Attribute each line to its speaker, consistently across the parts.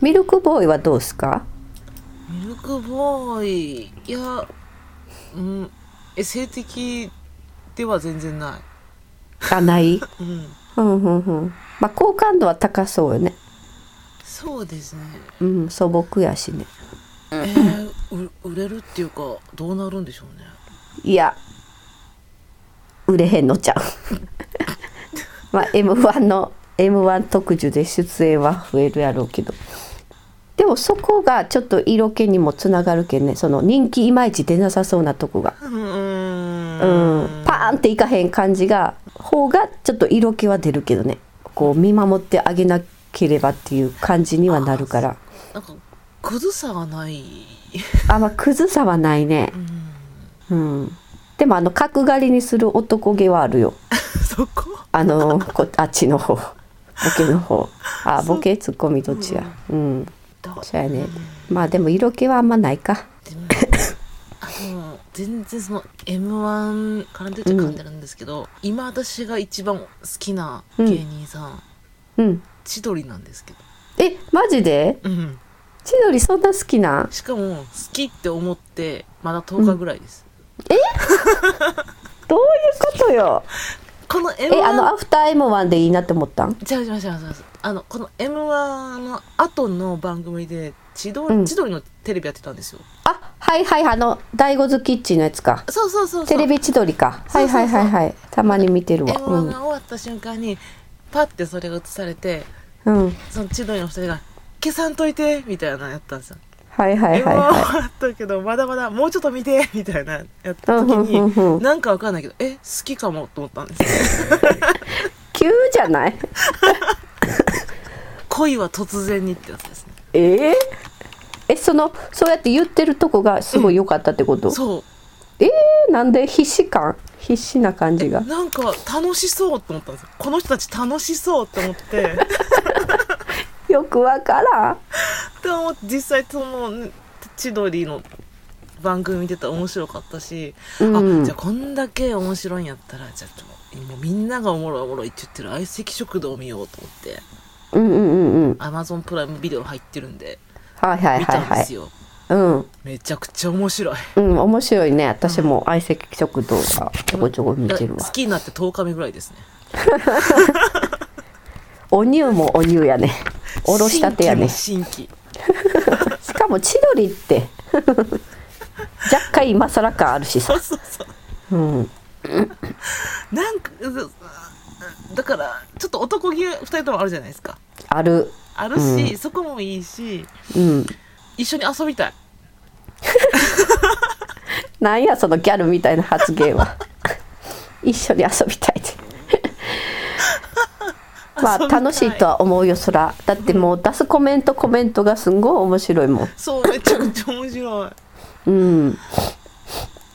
Speaker 1: ミルクボーイはどうですか
Speaker 2: ミルクボーイいやうんえ性的では全然ない
Speaker 1: あない
Speaker 2: うん
Speaker 1: うんうんうんまあ好感度は高そうよね
Speaker 2: そうですね
Speaker 1: うん素朴やしね
Speaker 2: えー、う売れるっていうかどうなるんでしょうね
Speaker 1: いや売れへんのちゃう まあ m 1の m 1特需で出演は増えるやろうけどでもそこがちょっと色気にもつながるけんねその人気いまいち出なさそうなとこが、
Speaker 2: うー
Speaker 1: うんん、パーンっていかへん感じが方がちょっと色気は出るけどねこう見守ってあげなければっていう感じにはなるから
Speaker 2: なんかクズさがない、
Speaker 1: あんまクズさはないね
Speaker 2: うん、
Speaker 1: うんでもあの角刈りにする男気はあるよ
Speaker 2: そこ
Speaker 1: あのこあっちの方ボケの方あボケツッコミどっちやうん
Speaker 2: だ
Speaker 1: そうやねまあでも色気はあんまないか
Speaker 2: でもあの全然その m 1から出て噛んでるんですけど、今私が一番好きな芸人さん、
Speaker 1: うん
Speaker 2: 千鳥なんですけど、
Speaker 1: えマジで
Speaker 2: うん、
Speaker 1: 千鳥そんな好きなん
Speaker 2: しかも好きって思ってまだ10日ぐらいです、
Speaker 1: どういうことよ
Speaker 2: この m
Speaker 1: えあの
Speaker 2: 1
Speaker 1: アフター m 1でいいなって思ったん
Speaker 2: 違う違う違う違うあのこの m 1の後の番組で千鳥,、
Speaker 1: うん
Speaker 2: 千鳥のテレビやってたんですよ
Speaker 1: あはいはいあの大五ズキッチンのやつか
Speaker 2: そうそうそうそう
Speaker 1: テレビ千鳥かはいはいはいはいたまに見てる
Speaker 2: m
Speaker 1: わ
Speaker 2: 1が終わった瞬間にパッてそれが映されて
Speaker 1: うん、うん、
Speaker 2: その千鳥の二人が「消さんといて」みたいなのやったんですよ
Speaker 1: はいはいはい
Speaker 2: 今
Speaker 1: は
Speaker 2: 終わったけどまだまだもうちょっと見てみたいなやった
Speaker 1: う
Speaker 2: 時
Speaker 1: んうんうんうん
Speaker 2: になんかわかんないけどえ好きかもと思ったんですよ
Speaker 1: い急じゃ ない
Speaker 2: 恋は突然にってやつですね
Speaker 1: えー、えそのそうやって言ってるとこがすごい良かったってこと、
Speaker 2: そ
Speaker 1: えー、なんで必死感必死な感じが
Speaker 2: うなんか楽しそうと思ったんですよこの人たち楽しそうと思って
Speaker 1: よくわからん
Speaker 2: でも実際その千鳥の番組見てたら面白かったし、
Speaker 1: うん
Speaker 2: あじゃあこんだけ面白いんやったらじゃあちょっともうみんながおもろいおもろいって言ってる相席食堂見ようと思って
Speaker 1: うんうんうんうん
Speaker 2: Amazon プライムビデオ入ってるんで
Speaker 1: はいはい
Speaker 2: 見
Speaker 1: はい
Speaker 2: たん
Speaker 1: は
Speaker 2: です
Speaker 1: い
Speaker 2: よ、
Speaker 1: うん
Speaker 2: めちゃくちゃ面白い
Speaker 1: うん面白いね私も相席食堂がちょこちょこ見てるわ
Speaker 2: 好きになって10日目ぐらいですね
Speaker 1: お乳もお乳やねおろしたてやねし
Speaker 2: 新規も
Speaker 1: かも千鳥って 若干今更感あるしさ
Speaker 2: 新規そうそう
Speaker 1: う
Speaker 2: そ
Speaker 1: ん
Speaker 2: うなんかうだからちょっと男気2人ともあるじゃないですか
Speaker 1: ある
Speaker 2: あるし、そこもいいし
Speaker 1: うん
Speaker 2: 一緒に遊びたい
Speaker 1: なんやそのギャルみたいな発言は 一緒に遊びたいって まあ
Speaker 2: 遊びたい
Speaker 1: 楽しいとは思うよそらだってもう出すコメントコメントがすんごい面白いもん
Speaker 2: そうめちゃくちゃ面白い
Speaker 1: うん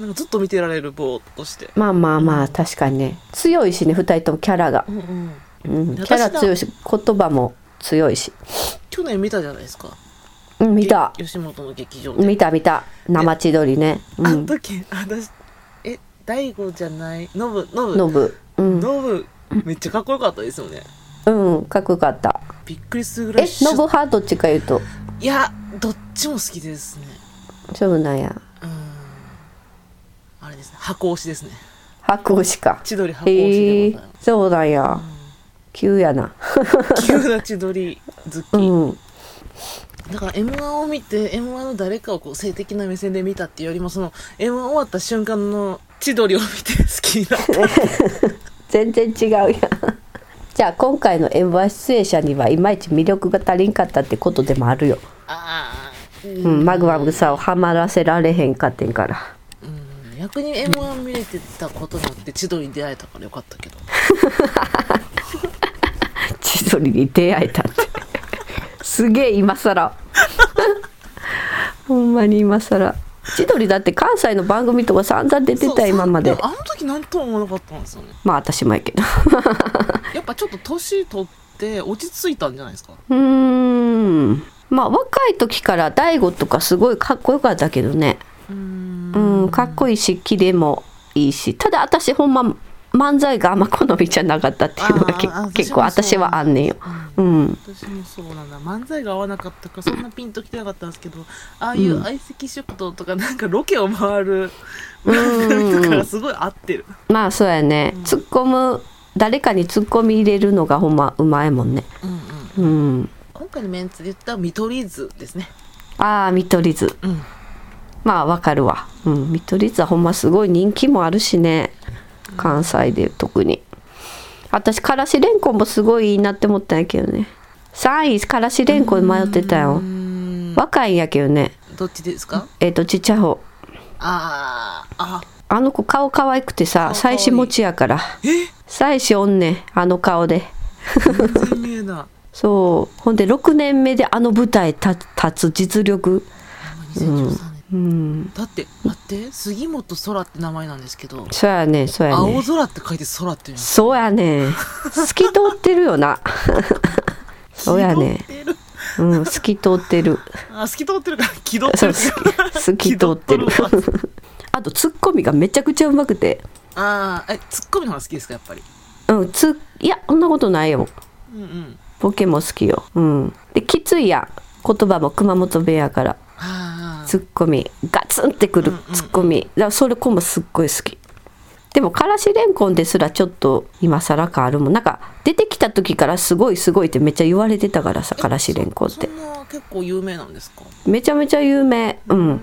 Speaker 2: なんかずっと見てられるぼーっとして
Speaker 1: まあまあまあ確かにね強いしね2人ともキャラが
Speaker 2: う、んうん
Speaker 1: うん、キ
Speaker 2: 私
Speaker 1: ャ
Speaker 2: だ
Speaker 1: ラ強いし言葉も強いし、
Speaker 2: 去年見たじゃないですか
Speaker 1: うん、見た
Speaker 2: げ吉本の劇場で、
Speaker 1: 見た見た生千鳥ねう
Speaker 2: あの
Speaker 1: ん
Speaker 2: 時私え大悟じゃないノブノブ
Speaker 1: ノブうん、
Speaker 2: ノブめっちゃかっこよかったですよね
Speaker 1: うん、かっこよかった
Speaker 2: びっくりするぐら
Speaker 1: え
Speaker 2: いシュッ
Speaker 1: ノブ派どっちか言うと
Speaker 2: いやどっちも好きですね
Speaker 1: そうなんや
Speaker 2: うーんあれですね箱推しですね
Speaker 1: 白押しか
Speaker 2: 千鳥箱推
Speaker 1: へえ
Speaker 2: しでございま
Speaker 1: そうなんや急や な
Speaker 2: す急な千鳥
Speaker 1: う
Speaker 2: 好き、
Speaker 1: ん
Speaker 2: だから m 1を見て m 1の誰かをこう性的な目線で見たっていうよりもその m 1終わった瞬間の千鳥を見て好きになった
Speaker 1: 全然違うやん じゃあ今回の m 1出演者にはいまいち魅力が足りんかったってことでもあるよ、
Speaker 2: あー
Speaker 1: う、
Speaker 2: うん
Speaker 1: マグマグさをハマらせられへんかってんから
Speaker 2: うん逆に m 1見れてたことによって千鳥に出会えたからよかったけど
Speaker 1: 千鳥に出会えたって すげえ今更 ほんまに今更千鳥だって関西の番組とか散々出て
Speaker 2: そ
Speaker 1: た
Speaker 2: う
Speaker 1: 今まで
Speaker 2: もあの時何とも思わなかったんですよね
Speaker 1: まあ私もやけど
Speaker 2: やっぱちょっと年取って落ち着いたんじゃないですか
Speaker 1: うーんまあ若い時から大悟とかすごいかっこよかったけどね
Speaker 2: うん
Speaker 1: うん、かっこいいしキレもいいしただ私ほんま漫才があんま好みじゃなかったっていうのがけ
Speaker 2: あーあー
Speaker 1: 結構
Speaker 2: 私
Speaker 1: 私
Speaker 2: もそう
Speaker 1: はあんねんよ。
Speaker 2: う
Speaker 1: うんん、
Speaker 2: 私もそうなんだ漫才が合わなかったからそんなピンときてなかったんですけどああいう相席食堂とかなんかロケを回る番組とかがすごい合ってる
Speaker 1: まあそうやね、突っ込む誰かに突っ込み入れるのがほんまうまいもんね。
Speaker 2: うんうん
Speaker 1: うん、
Speaker 2: 今回のメンツで言った見取り図ですね
Speaker 1: ああ見取り図
Speaker 2: うん
Speaker 1: まあわかるわ、うん、見取り図はほんますごい人気もあるしね関西で特に私からしれんこんもすごいいいなって思ったんやけどね3位からしれんこん迷ってたよ
Speaker 2: うーん
Speaker 1: 若いんやけどね
Speaker 2: どっちですか
Speaker 1: えっ、とちっちゃい方
Speaker 2: あーあ
Speaker 1: あの子顔可愛くてさ
Speaker 2: 顔可愛い
Speaker 1: 妻子持ちやから
Speaker 2: え
Speaker 1: 妻子おんねんあの顔で
Speaker 2: 全然見えない
Speaker 1: そうほんで6年目であの舞台立立つ実力
Speaker 2: 2013年、
Speaker 1: うん
Speaker 2: だって待って杉本空って名前なんですけど
Speaker 1: そうやねそうやね
Speaker 2: 青空って書いて空って言うんです
Speaker 1: そうやねん透き通ってるよ なそうやね
Speaker 2: 気取ってる
Speaker 1: んうん透き通ってる
Speaker 2: あ透き通ってるから気取って
Speaker 1: そう
Speaker 2: る
Speaker 1: 透き透き通ってる
Speaker 2: 気取っと
Speaker 1: あとツッコミがめちゃくちゃうまくて
Speaker 2: ああえツッコミの方が好きですかやっぱり
Speaker 1: うんついやそんなことないよ
Speaker 2: うんうん
Speaker 1: ボケも好きようんできついやん言葉も熊本弁やから
Speaker 2: あ
Speaker 1: ツッコミガツンってくる
Speaker 2: うんうん
Speaker 1: ツッコミだからそれこもすっごい好きでもからしれんこんですらちょっと今更感あるもんなんか出てきた時からすごいすごいってめっちゃ言われてたからさ
Speaker 2: あ
Speaker 1: からしれんこんって
Speaker 2: そんな結構有名なんですか
Speaker 1: めちゃめちゃ有名うん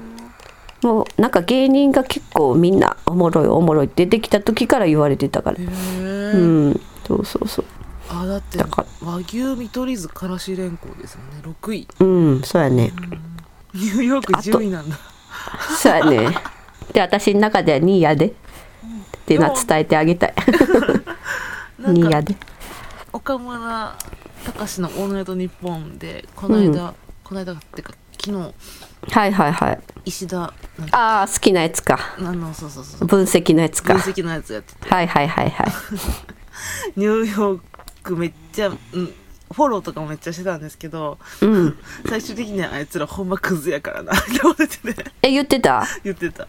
Speaker 1: もうなんか芸人が結構みんなおもろいおもろいって出てきた時から言われてたから
Speaker 2: へえ、
Speaker 1: うんそうそうそ
Speaker 2: あだって
Speaker 1: だか
Speaker 2: 和牛見取り図からしれんこですよね6位
Speaker 1: ううんそうやね
Speaker 2: ニューヨーク10位なんだ
Speaker 1: そうや ねで私の中では2位やでっていうのは伝えてあげたい
Speaker 2: なん
Speaker 1: 2位
Speaker 2: か
Speaker 1: やで
Speaker 2: 岡村隆史の「オールナイトニッポン」でこの間、この間っていうか昨日
Speaker 1: はいはいはい
Speaker 2: 石田なんか
Speaker 1: ああ好きなやつか
Speaker 2: あのそうそうそう
Speaker 1: 分析のやつ
Speaker 2: 分
Speaker 1: か
Speaker 2: 析のやつやってて
Speaker 1: はいはいはいはい
Speaker 2: ニューヨークめっちゃ、うん、フォローとかもめっちゃしてたんですけど
Speaker 1: うん
Speaker 2: 最終的にはあいつらほんまクズやからなって 言われてね
Speaker 1: え言ってた
Speaker 2: 言ってた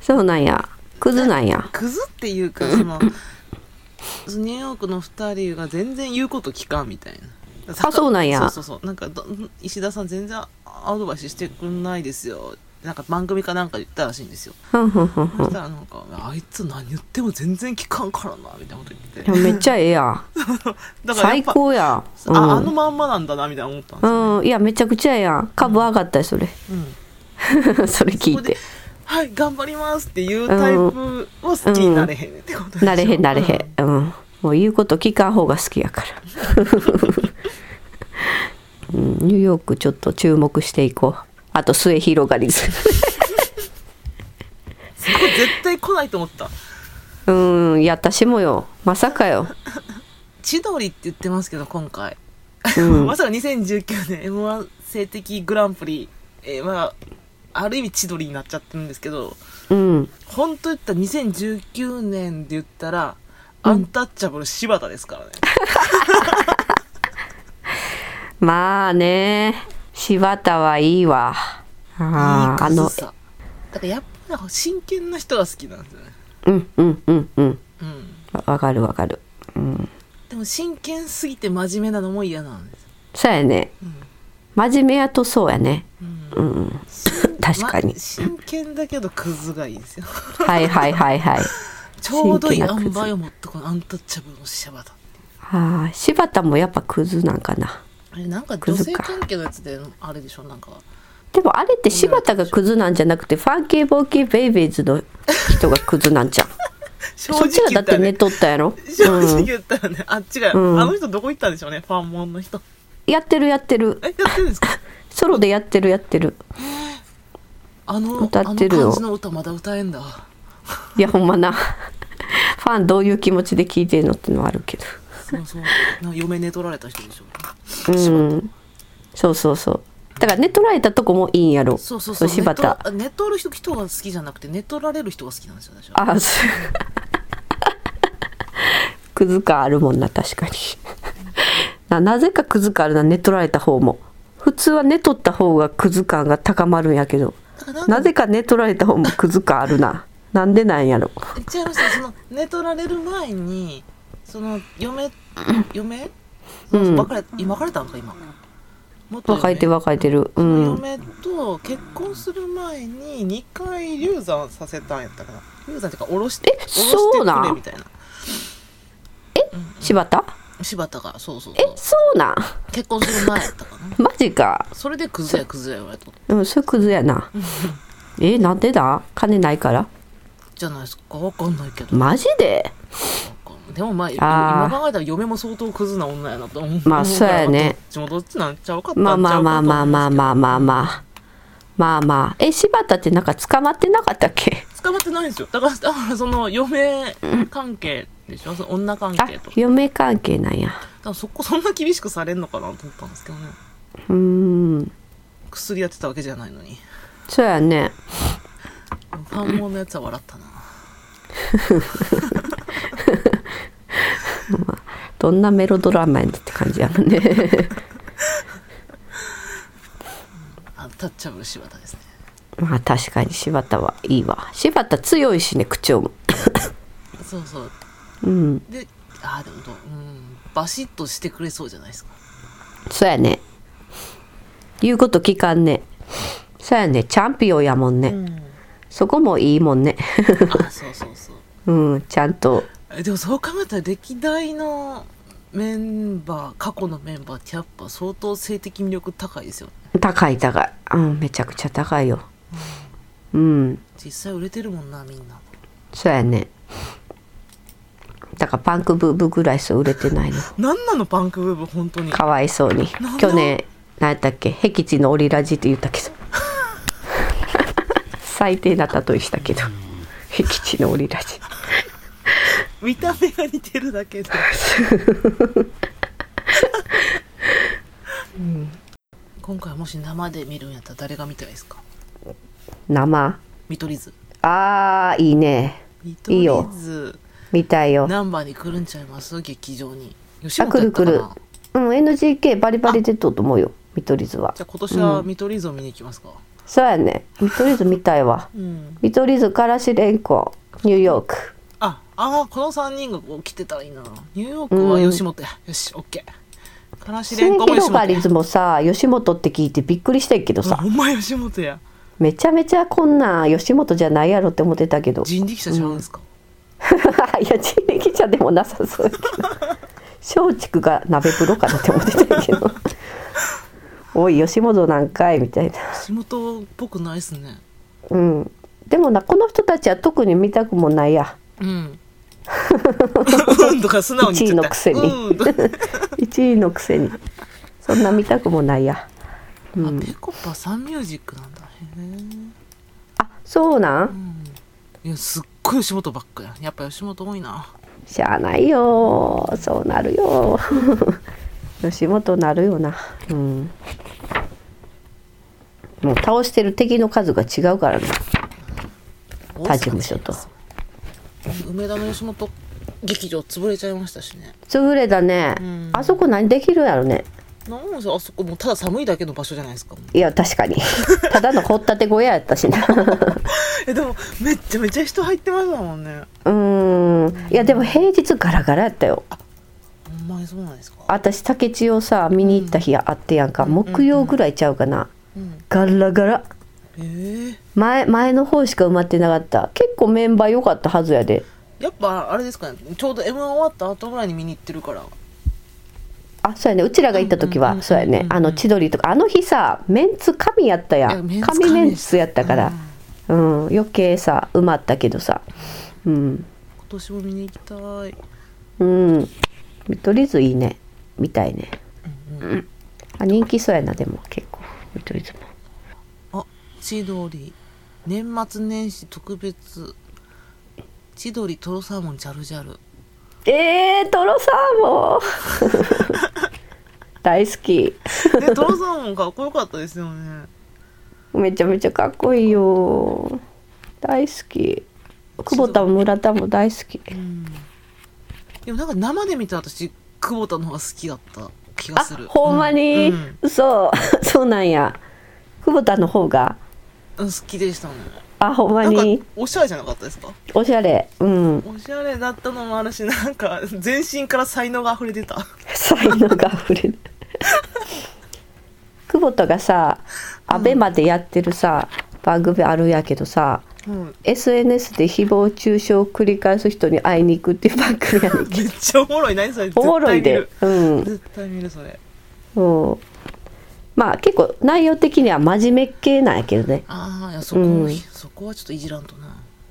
Speaker 1: そうなんやクズなんや
Speaker 2: クズっていうかそのそのニューヨークの2人が全然言うこと聞かんみたいな
Speaker 1: あそうなんや
Speaker 2: そうそうそうなんかど石田さん全然アドバイスしてくんないですよなんか番組かなんか言ったらしいんですよ
Speaker 1: ふんふんふんふ
Speaker 2: そ
Speaker 1: ん
Speaker 2: したらなんか「あいつ何言っても全然聞かんからな」みたいなこと言って
Speaker 1: いやめっちゃええやん
Speaker 2: だからや
Speaker 1: 最
Speaker 2: っぱ
Speaker 1: 高やんうん
Speaker 2: ああのまんまなんだなみたいな思ったんですよ、
Speaker 1: うん、いやめちゃくちゃややん株上がったよそれ
Speaker 2: う ん
Speaker 1: それ聞
Speaker 2: こ
Speaker 1: い
Speaker 2: で
Speaker 1: て
Speaker 2: 「はい頑張ります」っていうタイプは好きになれへんってことでしょ
Speaker 1: なれへんなれへんうんもう言うこと聞かん方が好きやから、 うん、ニューヨークちょっと注目していこうあと末広がり ず
Speaker 2: うんこれ絶対来ないと思った
Speaker 1: うんいや私もよまさかよ
Speaker 2: 千鳥って言ってますけど今回、
Speaker 1: ん
Speaker 2: まさか2019年 m 1性的グランプリえーはある意味千鳥になっちゃってるんですけど
Speaker 1: うん
Speaker 2: 本当言ったら2019年で言ったら、アンタッチャブル柴田ですからね
Speaker 1: まあね柴田はいいわあーあ
Speaker 2: いい
Speaker 1: の
Speaker 2: クズさだからやっぱり真剣な人が好きなんですよね
Speaker 1: うんうんうんうん
Speaker 2: うん
Speaker 1: わわかるわかるうん
Speaker 2: でも真剣すぎて真面目なのも嫌なんです
Speaker 1: そうやね真面目やとそうやね
Speaker 2: うん
Speaker 1: うんうん確かに
Speaker 2: ま真剣だけどクズがいいんですよ
Speaker 1: はいはいはいはい
Speaker 2: ちょうどいい塩
Speaker 1: 真剣なクズ
Speaker 2: 梅を持ってこのアンタッチャブルの柴田
Speaker 1: ああ柴田もやっぱクズなんかな
Speaker 2: あれなんか
Speaker 1: ク
Speaker 2: 女
Speaker 1: ズ
Speaker 2: 性
Speaker 1: か
Speaker 2: 関係のやつであれでしょなんか
Speaker 1: でもあれって柴田がクズなんじゃなくてファンキーボーキーベイビーズの人がクズなんじゃん
Speaker 2: 正
Speaker 1: そっちはだって寝とったやろ、
Speaker 2: 正
Speaker 1: う
Speaker 2: 直
Speaker 1: ん、
Speaker 2: 言ったらね、あっちが、
Speaker 1: うん
Speaker 2: あの人どこ行ったんでしょうねファンモンの人
Speaker 1: やってるやってる
Speaker 2: えやってるんですか
Speaker 1: ソロでやってるやってる
Speaker 2: あの
Speaker 1: 歌ってる
Speaker 2: あ
Speaker 1: よ
Speaker 2: の感じの歌まだ歌えんだ
Speaker 1: いやほんまなファンどういう気持ちで聞いてんのってのはあるけ
Speaker 2: そうそうなんか嫁寝取られた人でしょうね
Speaker 1: どうんそうそうそうだから寝取られたとこもいいんやろ
Speaker 2: そうそうそう
Speaker 1: 柴田
Speaker 2: 寝取寝取る人人が好きじゃなくて寝取られる人が好きなんですよ私は
Speaker 1: あそうクズ感あるもんな確かにななぜかクズ感あるな寝取られた方も普通は寝取った方がクズ感が高まるんやけど
Speaker 2: だからなんか
Speaker 1: なぜか寝取られた方もクズ感あるななんでなんやろ
Speaker 2: 違いましたその寝取られる前にその 嫁嫁、
Speaker 1: うん
Speaker 2: 別れ今別れたんか今元嫁
Speaker 1: 若いて若いてるうん
Speaker 2: 嫁と結婚する前に2回流産させたんやったかな流産っていうか下ろして
Speaker 1: え
Speaker 2: 下ろして
Speaker 1: そうな
Speaker 2: く
Speaker 1: ん
Speaker 2: れみたいな
Speaker 1: 柴田
Speaker 2: 柴田がそうそう
Speaker 1: え
Speaker 2: そう
Speaker 1: そうなん
Speaker 2: 結婚する前やったかな
Speaker 1: マジか
Speaker 2: それでクズやクズや言われた
Speaker 1: うんそれクズやなえなんでだ金ないから
Speaker 2: じゃないですかわかんないけど
Speaker 1: マジで
Speaker 2: でもまあ
Speaker 1: あー
Speaker 2: 今考えたら嫁も相当クズな女やなと思う
Speaker 1: まあそうやね
Speaker 2: 地元どっちなんちゃうかったんち
Speaker 1: ま
Speaker 2: ゃ
Speaker 1: あ
Speaker 2: うか
Speaker 1: まあ
Speaker 2: と
Speaker 1: まあまあまあまあまあまあまあまあえ柴田ってなんか捕まってなかったっけ
Speaker 2: 捕まってないんですよだから だからその嫁関係でしょその女関
Speaker 1: あ
Speaker 2: 係とかだ
Speaker 1: 嫁関係なんや
Speaker 2: からそこ そんな厳しくされんのかなと思ったんですけどね
Speaker 1: うーん
Speaker 2: 薬やってたわけじゃないのに
Speaker 1: そうやね
Speaker 2: ファンモンのやつは笑ったな
Speaker 1: どんなメロドラマやねんって感じやもんね
Speaker 2: あタッチャブル柴田ですね
Speaker 1: まあ確かに柴田はいいわ柴田強いしね口調も
Speaker 2: そうそう
Speaker 1: うん
Speaker 2: であーでもどううんバシッとしてくれそうじゃないですか
Speaker 1: そうやね言うこと聞かんねそうやねチャンピオンやもんね、
Speaker 2: ん
Speaker 1: そこもいいもんね
Speaker 2: あそうそうそう
Speaker 1: うんちゃんと
Speaker 2: えでもそう考えたら歴代のメンバー過去のメンバーってやっぱ相当性的魅力高いですよ
Speaker 1: 高い高い、うん、めちゃくちゃ高いようん
Speaker 2: 実際売れてるもんなみんな
Speaker 1: そうやねだからパンクブーブぐらいそう売れてないの
Speaker 2: なんなのパンクブーブ本当に
Speaker 1: かわいそうに
Speaker 2: なんだ
Speaker 1: 去年何やったっけ「僻地のオリラジ」って言ったけど 最低な例えしたけど「僻地のオリラジ
Speaker 2: 見た目が似てる だけで」今回もし生で見るんやったら誰が見たいですか
Speaker 1: 生
Speaker 2: 見取り図
Speaker 1: あーいいね
Speaker 2: 見取
Speaker 1: いい
Speaker 2: り
Speaker 1: よ
Speaker 2: 図
Speaker 1: 見たいよ
Speaker 2: ナンバーに来るんちゃいます劇場に吉
Speaker 1: あく
Speaker 2: 本や
Speaker 1: る
Speaker 2: っ
Speaker 1: く
Speaker 2: たかな
Speaker 1: るうん NGK バリバリ出とうと思うよ見取り図は
Speaker 2: じゃあ今年は見取り図を見に行きますか
Speaker 1: そうやね見取り図見たいわ
Speaker 2: うん
Speaker 1: 見取り図からしれんこニューヨーク
Speaker 2: ああーこの3人がこう来てたらいいなニューヨークは吉本や、よしオッケーからし
Speaker 1: す
Speaker 2: れ
Speaker 1: ゑ
Speaker 2: んこも吉
Speaker 1: ひろが
Speaker 2: 本
Speaker 1: り
Speaker 2: や
Speaker 1: ずもさ吉本って聞いてびっくりしたんやけど
Speaker 2: あ
Speaker 1: さ
Speaker 2: ほんま吉本や
Speaker 1: めちゃめちゃこんなん吉本じゃないやろって思ってたけどい
Speaker 2: 人力車ちゃうんですか、
Speaker 1: や人力車でもなさそうやけど松竹が鍋風呂かなって思ってたけど おい吉本なんかいみたいな
Speaker 2: 吉本っぽくないっすね
Speaker 1: うんでもなこの人たちは特に見たくもないや
Speaker 2: うん。うんとか素直に言っちゃっ
Speaker 1: 一位の
Speaker 2: た。
Speaker 1: くせに
Speaker 2: うんとか。
Speaker 1: 1位のくせにそんな見たくもないや
Speaker 2: あペコパサンミュージックなんだへえ。
Speaker 1: あそうなん
Speaker 2: いやすっごい吉本ばっかや。やっぱ吉本多いな。
Speaker 1: しゃあないよそうなるよ吉本なるよなうんもう倒してる敵の数が違うからね他事務所と
Speaker 2: 梅田の吉本劇場潰れちゃいましたしね。
Speaker 1: 潰れだね、
Speaker 2: ん
Speaker 1: あそこ何できるやろね
Speaker 2: なんであそこもうただ寒いだけの場所じゃないですか。もう
Speaker 1: いや確かにただの掘ったて小屋やったしな
Speaker 2: えでもめっちゃめちゃ人入ってましたもんね。
Speaker 1: うーんいやでも平日ガラガラやったよ
Speaker 2: ほんまにそうなんですか。
Speaker 1: 私竹千代さ見に行った日あってやんか、木曜ぐらいちゃうかな、
Speaker 2: うん。
Speaker 1: ガラガラ
Speaker 2: えー
Speaker 1: 前前の方しか埋まってなかった結構メンバー良かったはずやで
Speaker 2: やっぱあれですかね。ちょうど M1 終わった後ぐらいに見に行ってるから。
Speaker 1: あそうやねうちらが行った時
Speaker 2: うんうんう
Speaker 1: は
Speaker 2: ん
Speaker 1: そうやねあの千鳥とかあの日さメンツ神やったやん
Speaker 2: いやメンツ神
Speaker 1: 神メンツやったから、うん余計さ埋まったけどさうん
Speaker 2: 今年も見に行きたい。
Speaker 1: うん見取り図いいねみたいね、うんあ人気そうやなでも結構見取り図も
Speaker 2: あ千鳥年末年始特別千鳥とろサーモンジャルジャル
Speaker 1: えー、トロサーモン 大好き
Speaker 2: ねとろサーモンかっこよかったですよね
Speaker 1: めちゃめちゃかっこいいよ大好き久保田も村田も大好き
Speaker 2: でもなんか生で見た私久保田の方が好きだった気が
Speaker 1: あ
Speaker 2: する
Speaker 1: ほんまに、
Speaker 2: うんうん
Speaker 1: 嘘そうなんや久保田の方が
Speaker 2: うん好きでしたね
Speaker 1: あほんま
Speaker 2: なん
Speaker 1: に
Speaker 2: かおしゃれじゃなかったですか
Speaker 1: おしゃれうん
Speaker 2: おしゃれだったのもあるしなん か全身から才能が溢れてた
Speaker 1: 才能が溢れる 久保田がさアベマでやってるさ、番組あるんやけどさ
Speaker 2: うん
Speaker 1: SNS で誹謗中傷を繰り返す人に会いに行くっていう番組やねんけど
Speaker 2: めっちゃおもろい何それ
Speaker 1: おもろいで
Speaker 2: 絶対
Speaker 1: う
Speaker 2: 見る
Speaker 1: ん
Speaker 2: 絶対見るそれ
Speaker 1: そうまあ結構内容的には真面目系なんやけどね
Speaker 2: ああいやそこ、
Speaker 1: うん
Speaker 2: そこはちょっといじらんとな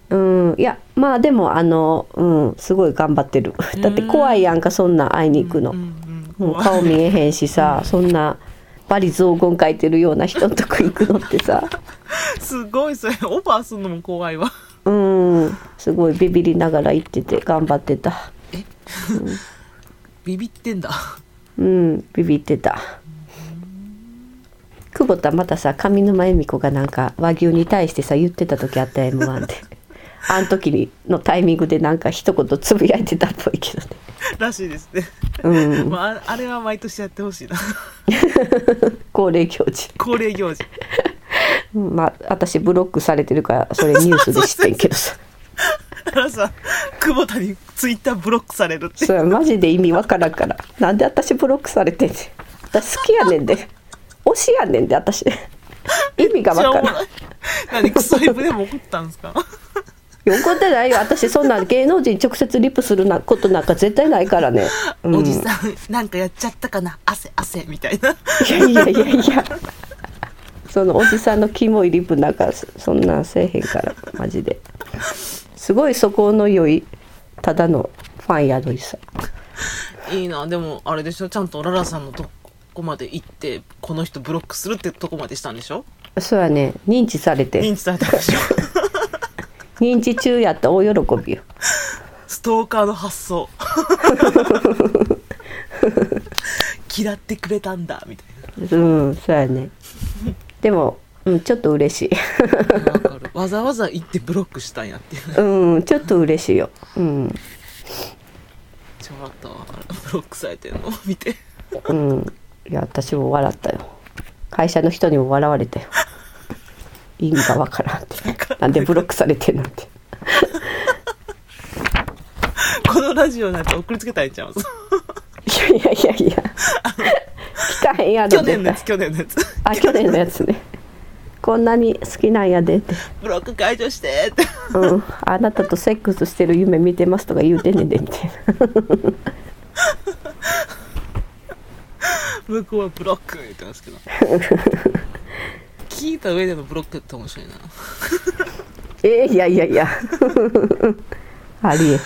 Speaker 1: うんいやまあでもあのうんすごい頑張ってるだって怖いやんかそんなん会いに行くの、
Speaker 2: う
Speaker 1: うんん
Speaker 2: うん怖い
Speaker 1: 顔見えへんしさ、そんなバリ雑言書いてるような人のとこ行くのってさ
Speaker 2: すごいそれオファーするのも怖いわ
Speaker 1: うんすごいビビりながら行ってて頑張ってた
Speaker 2: ビビってんだ
Speaker 1: うんビビってた久保田またさ上沼恵美子がなんか和牛に対してさ言ってた時あったやん m 1であの時にのタイミングでなんか一言つぶやいてたっぽいけどね
Speaker 2: らしいですね、
Speaker 1: うん
Speaker 2: まああれ、あれは毎年やってほしいな
Speaker 1: 恒例行事
Speaker 2: 恒例行事
Speaker 1: うんまあ私ブロックされてるからそれニュースで知ってんけどさ
Speaker 2: だからさ久保田にツイッターブロックされるって
Speaker 1: それマジで意味わからんからなんで私ブロックされてんねん私好きやねんで推しやねんで私意味がわからん
Speaker 2: い何クソイブでも怒ったんですか
Speaker 1: 怒ってないよ私そんな芸能人に直接リプするなことなんか絶対ないからね、うん、
Speaker 2: おじさんなんかやっちゃったかな汗汗みたい ない
Speaker 1: やいやいやいやそのおじさんのキモいリプなんかそそんなんせえへんからマジですごいそこの良いただのファンやのにさ
Speaker 2: いいなでもあれでしょちゃんとララさんのとこまで行ってこの人ブロックするってとこまでしたんでしょ
Speaker 1: そうやね認知されて
Speaker 2: 認知されたんでしょ
Speaker 1: 認知中やったら大喜びよ
Speaker 2: ストーカーの発想嫌ってくれたんだみたい
Speaker 1: うんそうやねでも、うん、ちょっと嬉しい
Speaker 2: なわかるわざわざ行ってブロックしたんやっていう
Speaker 1: うんちょっと嬉しいようん、
Speaker 2: ちょっとブロックされてんの見て
Speaker 1: うん、いや私も笑ったよ会社の人にも笑われたよ意味がわからんってなんでブロックされてんなんて
Speaker 2: このラジオなんて送りつけたいんちゃいます
Speaker 1: いやいやいやいや聞かへんやろ
Speaker 2: 去年
Speaker 1: 絶
Speaker 2: のや
Speaker 1: 対
Speaker 2: つ去年のやつ
Speaker 1: あ去年のやつねこんなに好きなんやでって、
Speaker 2: ブロック解除してって
Speaker 1: うん、あなたとセックスしてる夢見てますとか言うてんねんでみたいな
Speaker 2: 向こうはブロック言ってます けど聞いた上でのブロックって面白いな
Speaker 1: えーいやいやいや ありえへん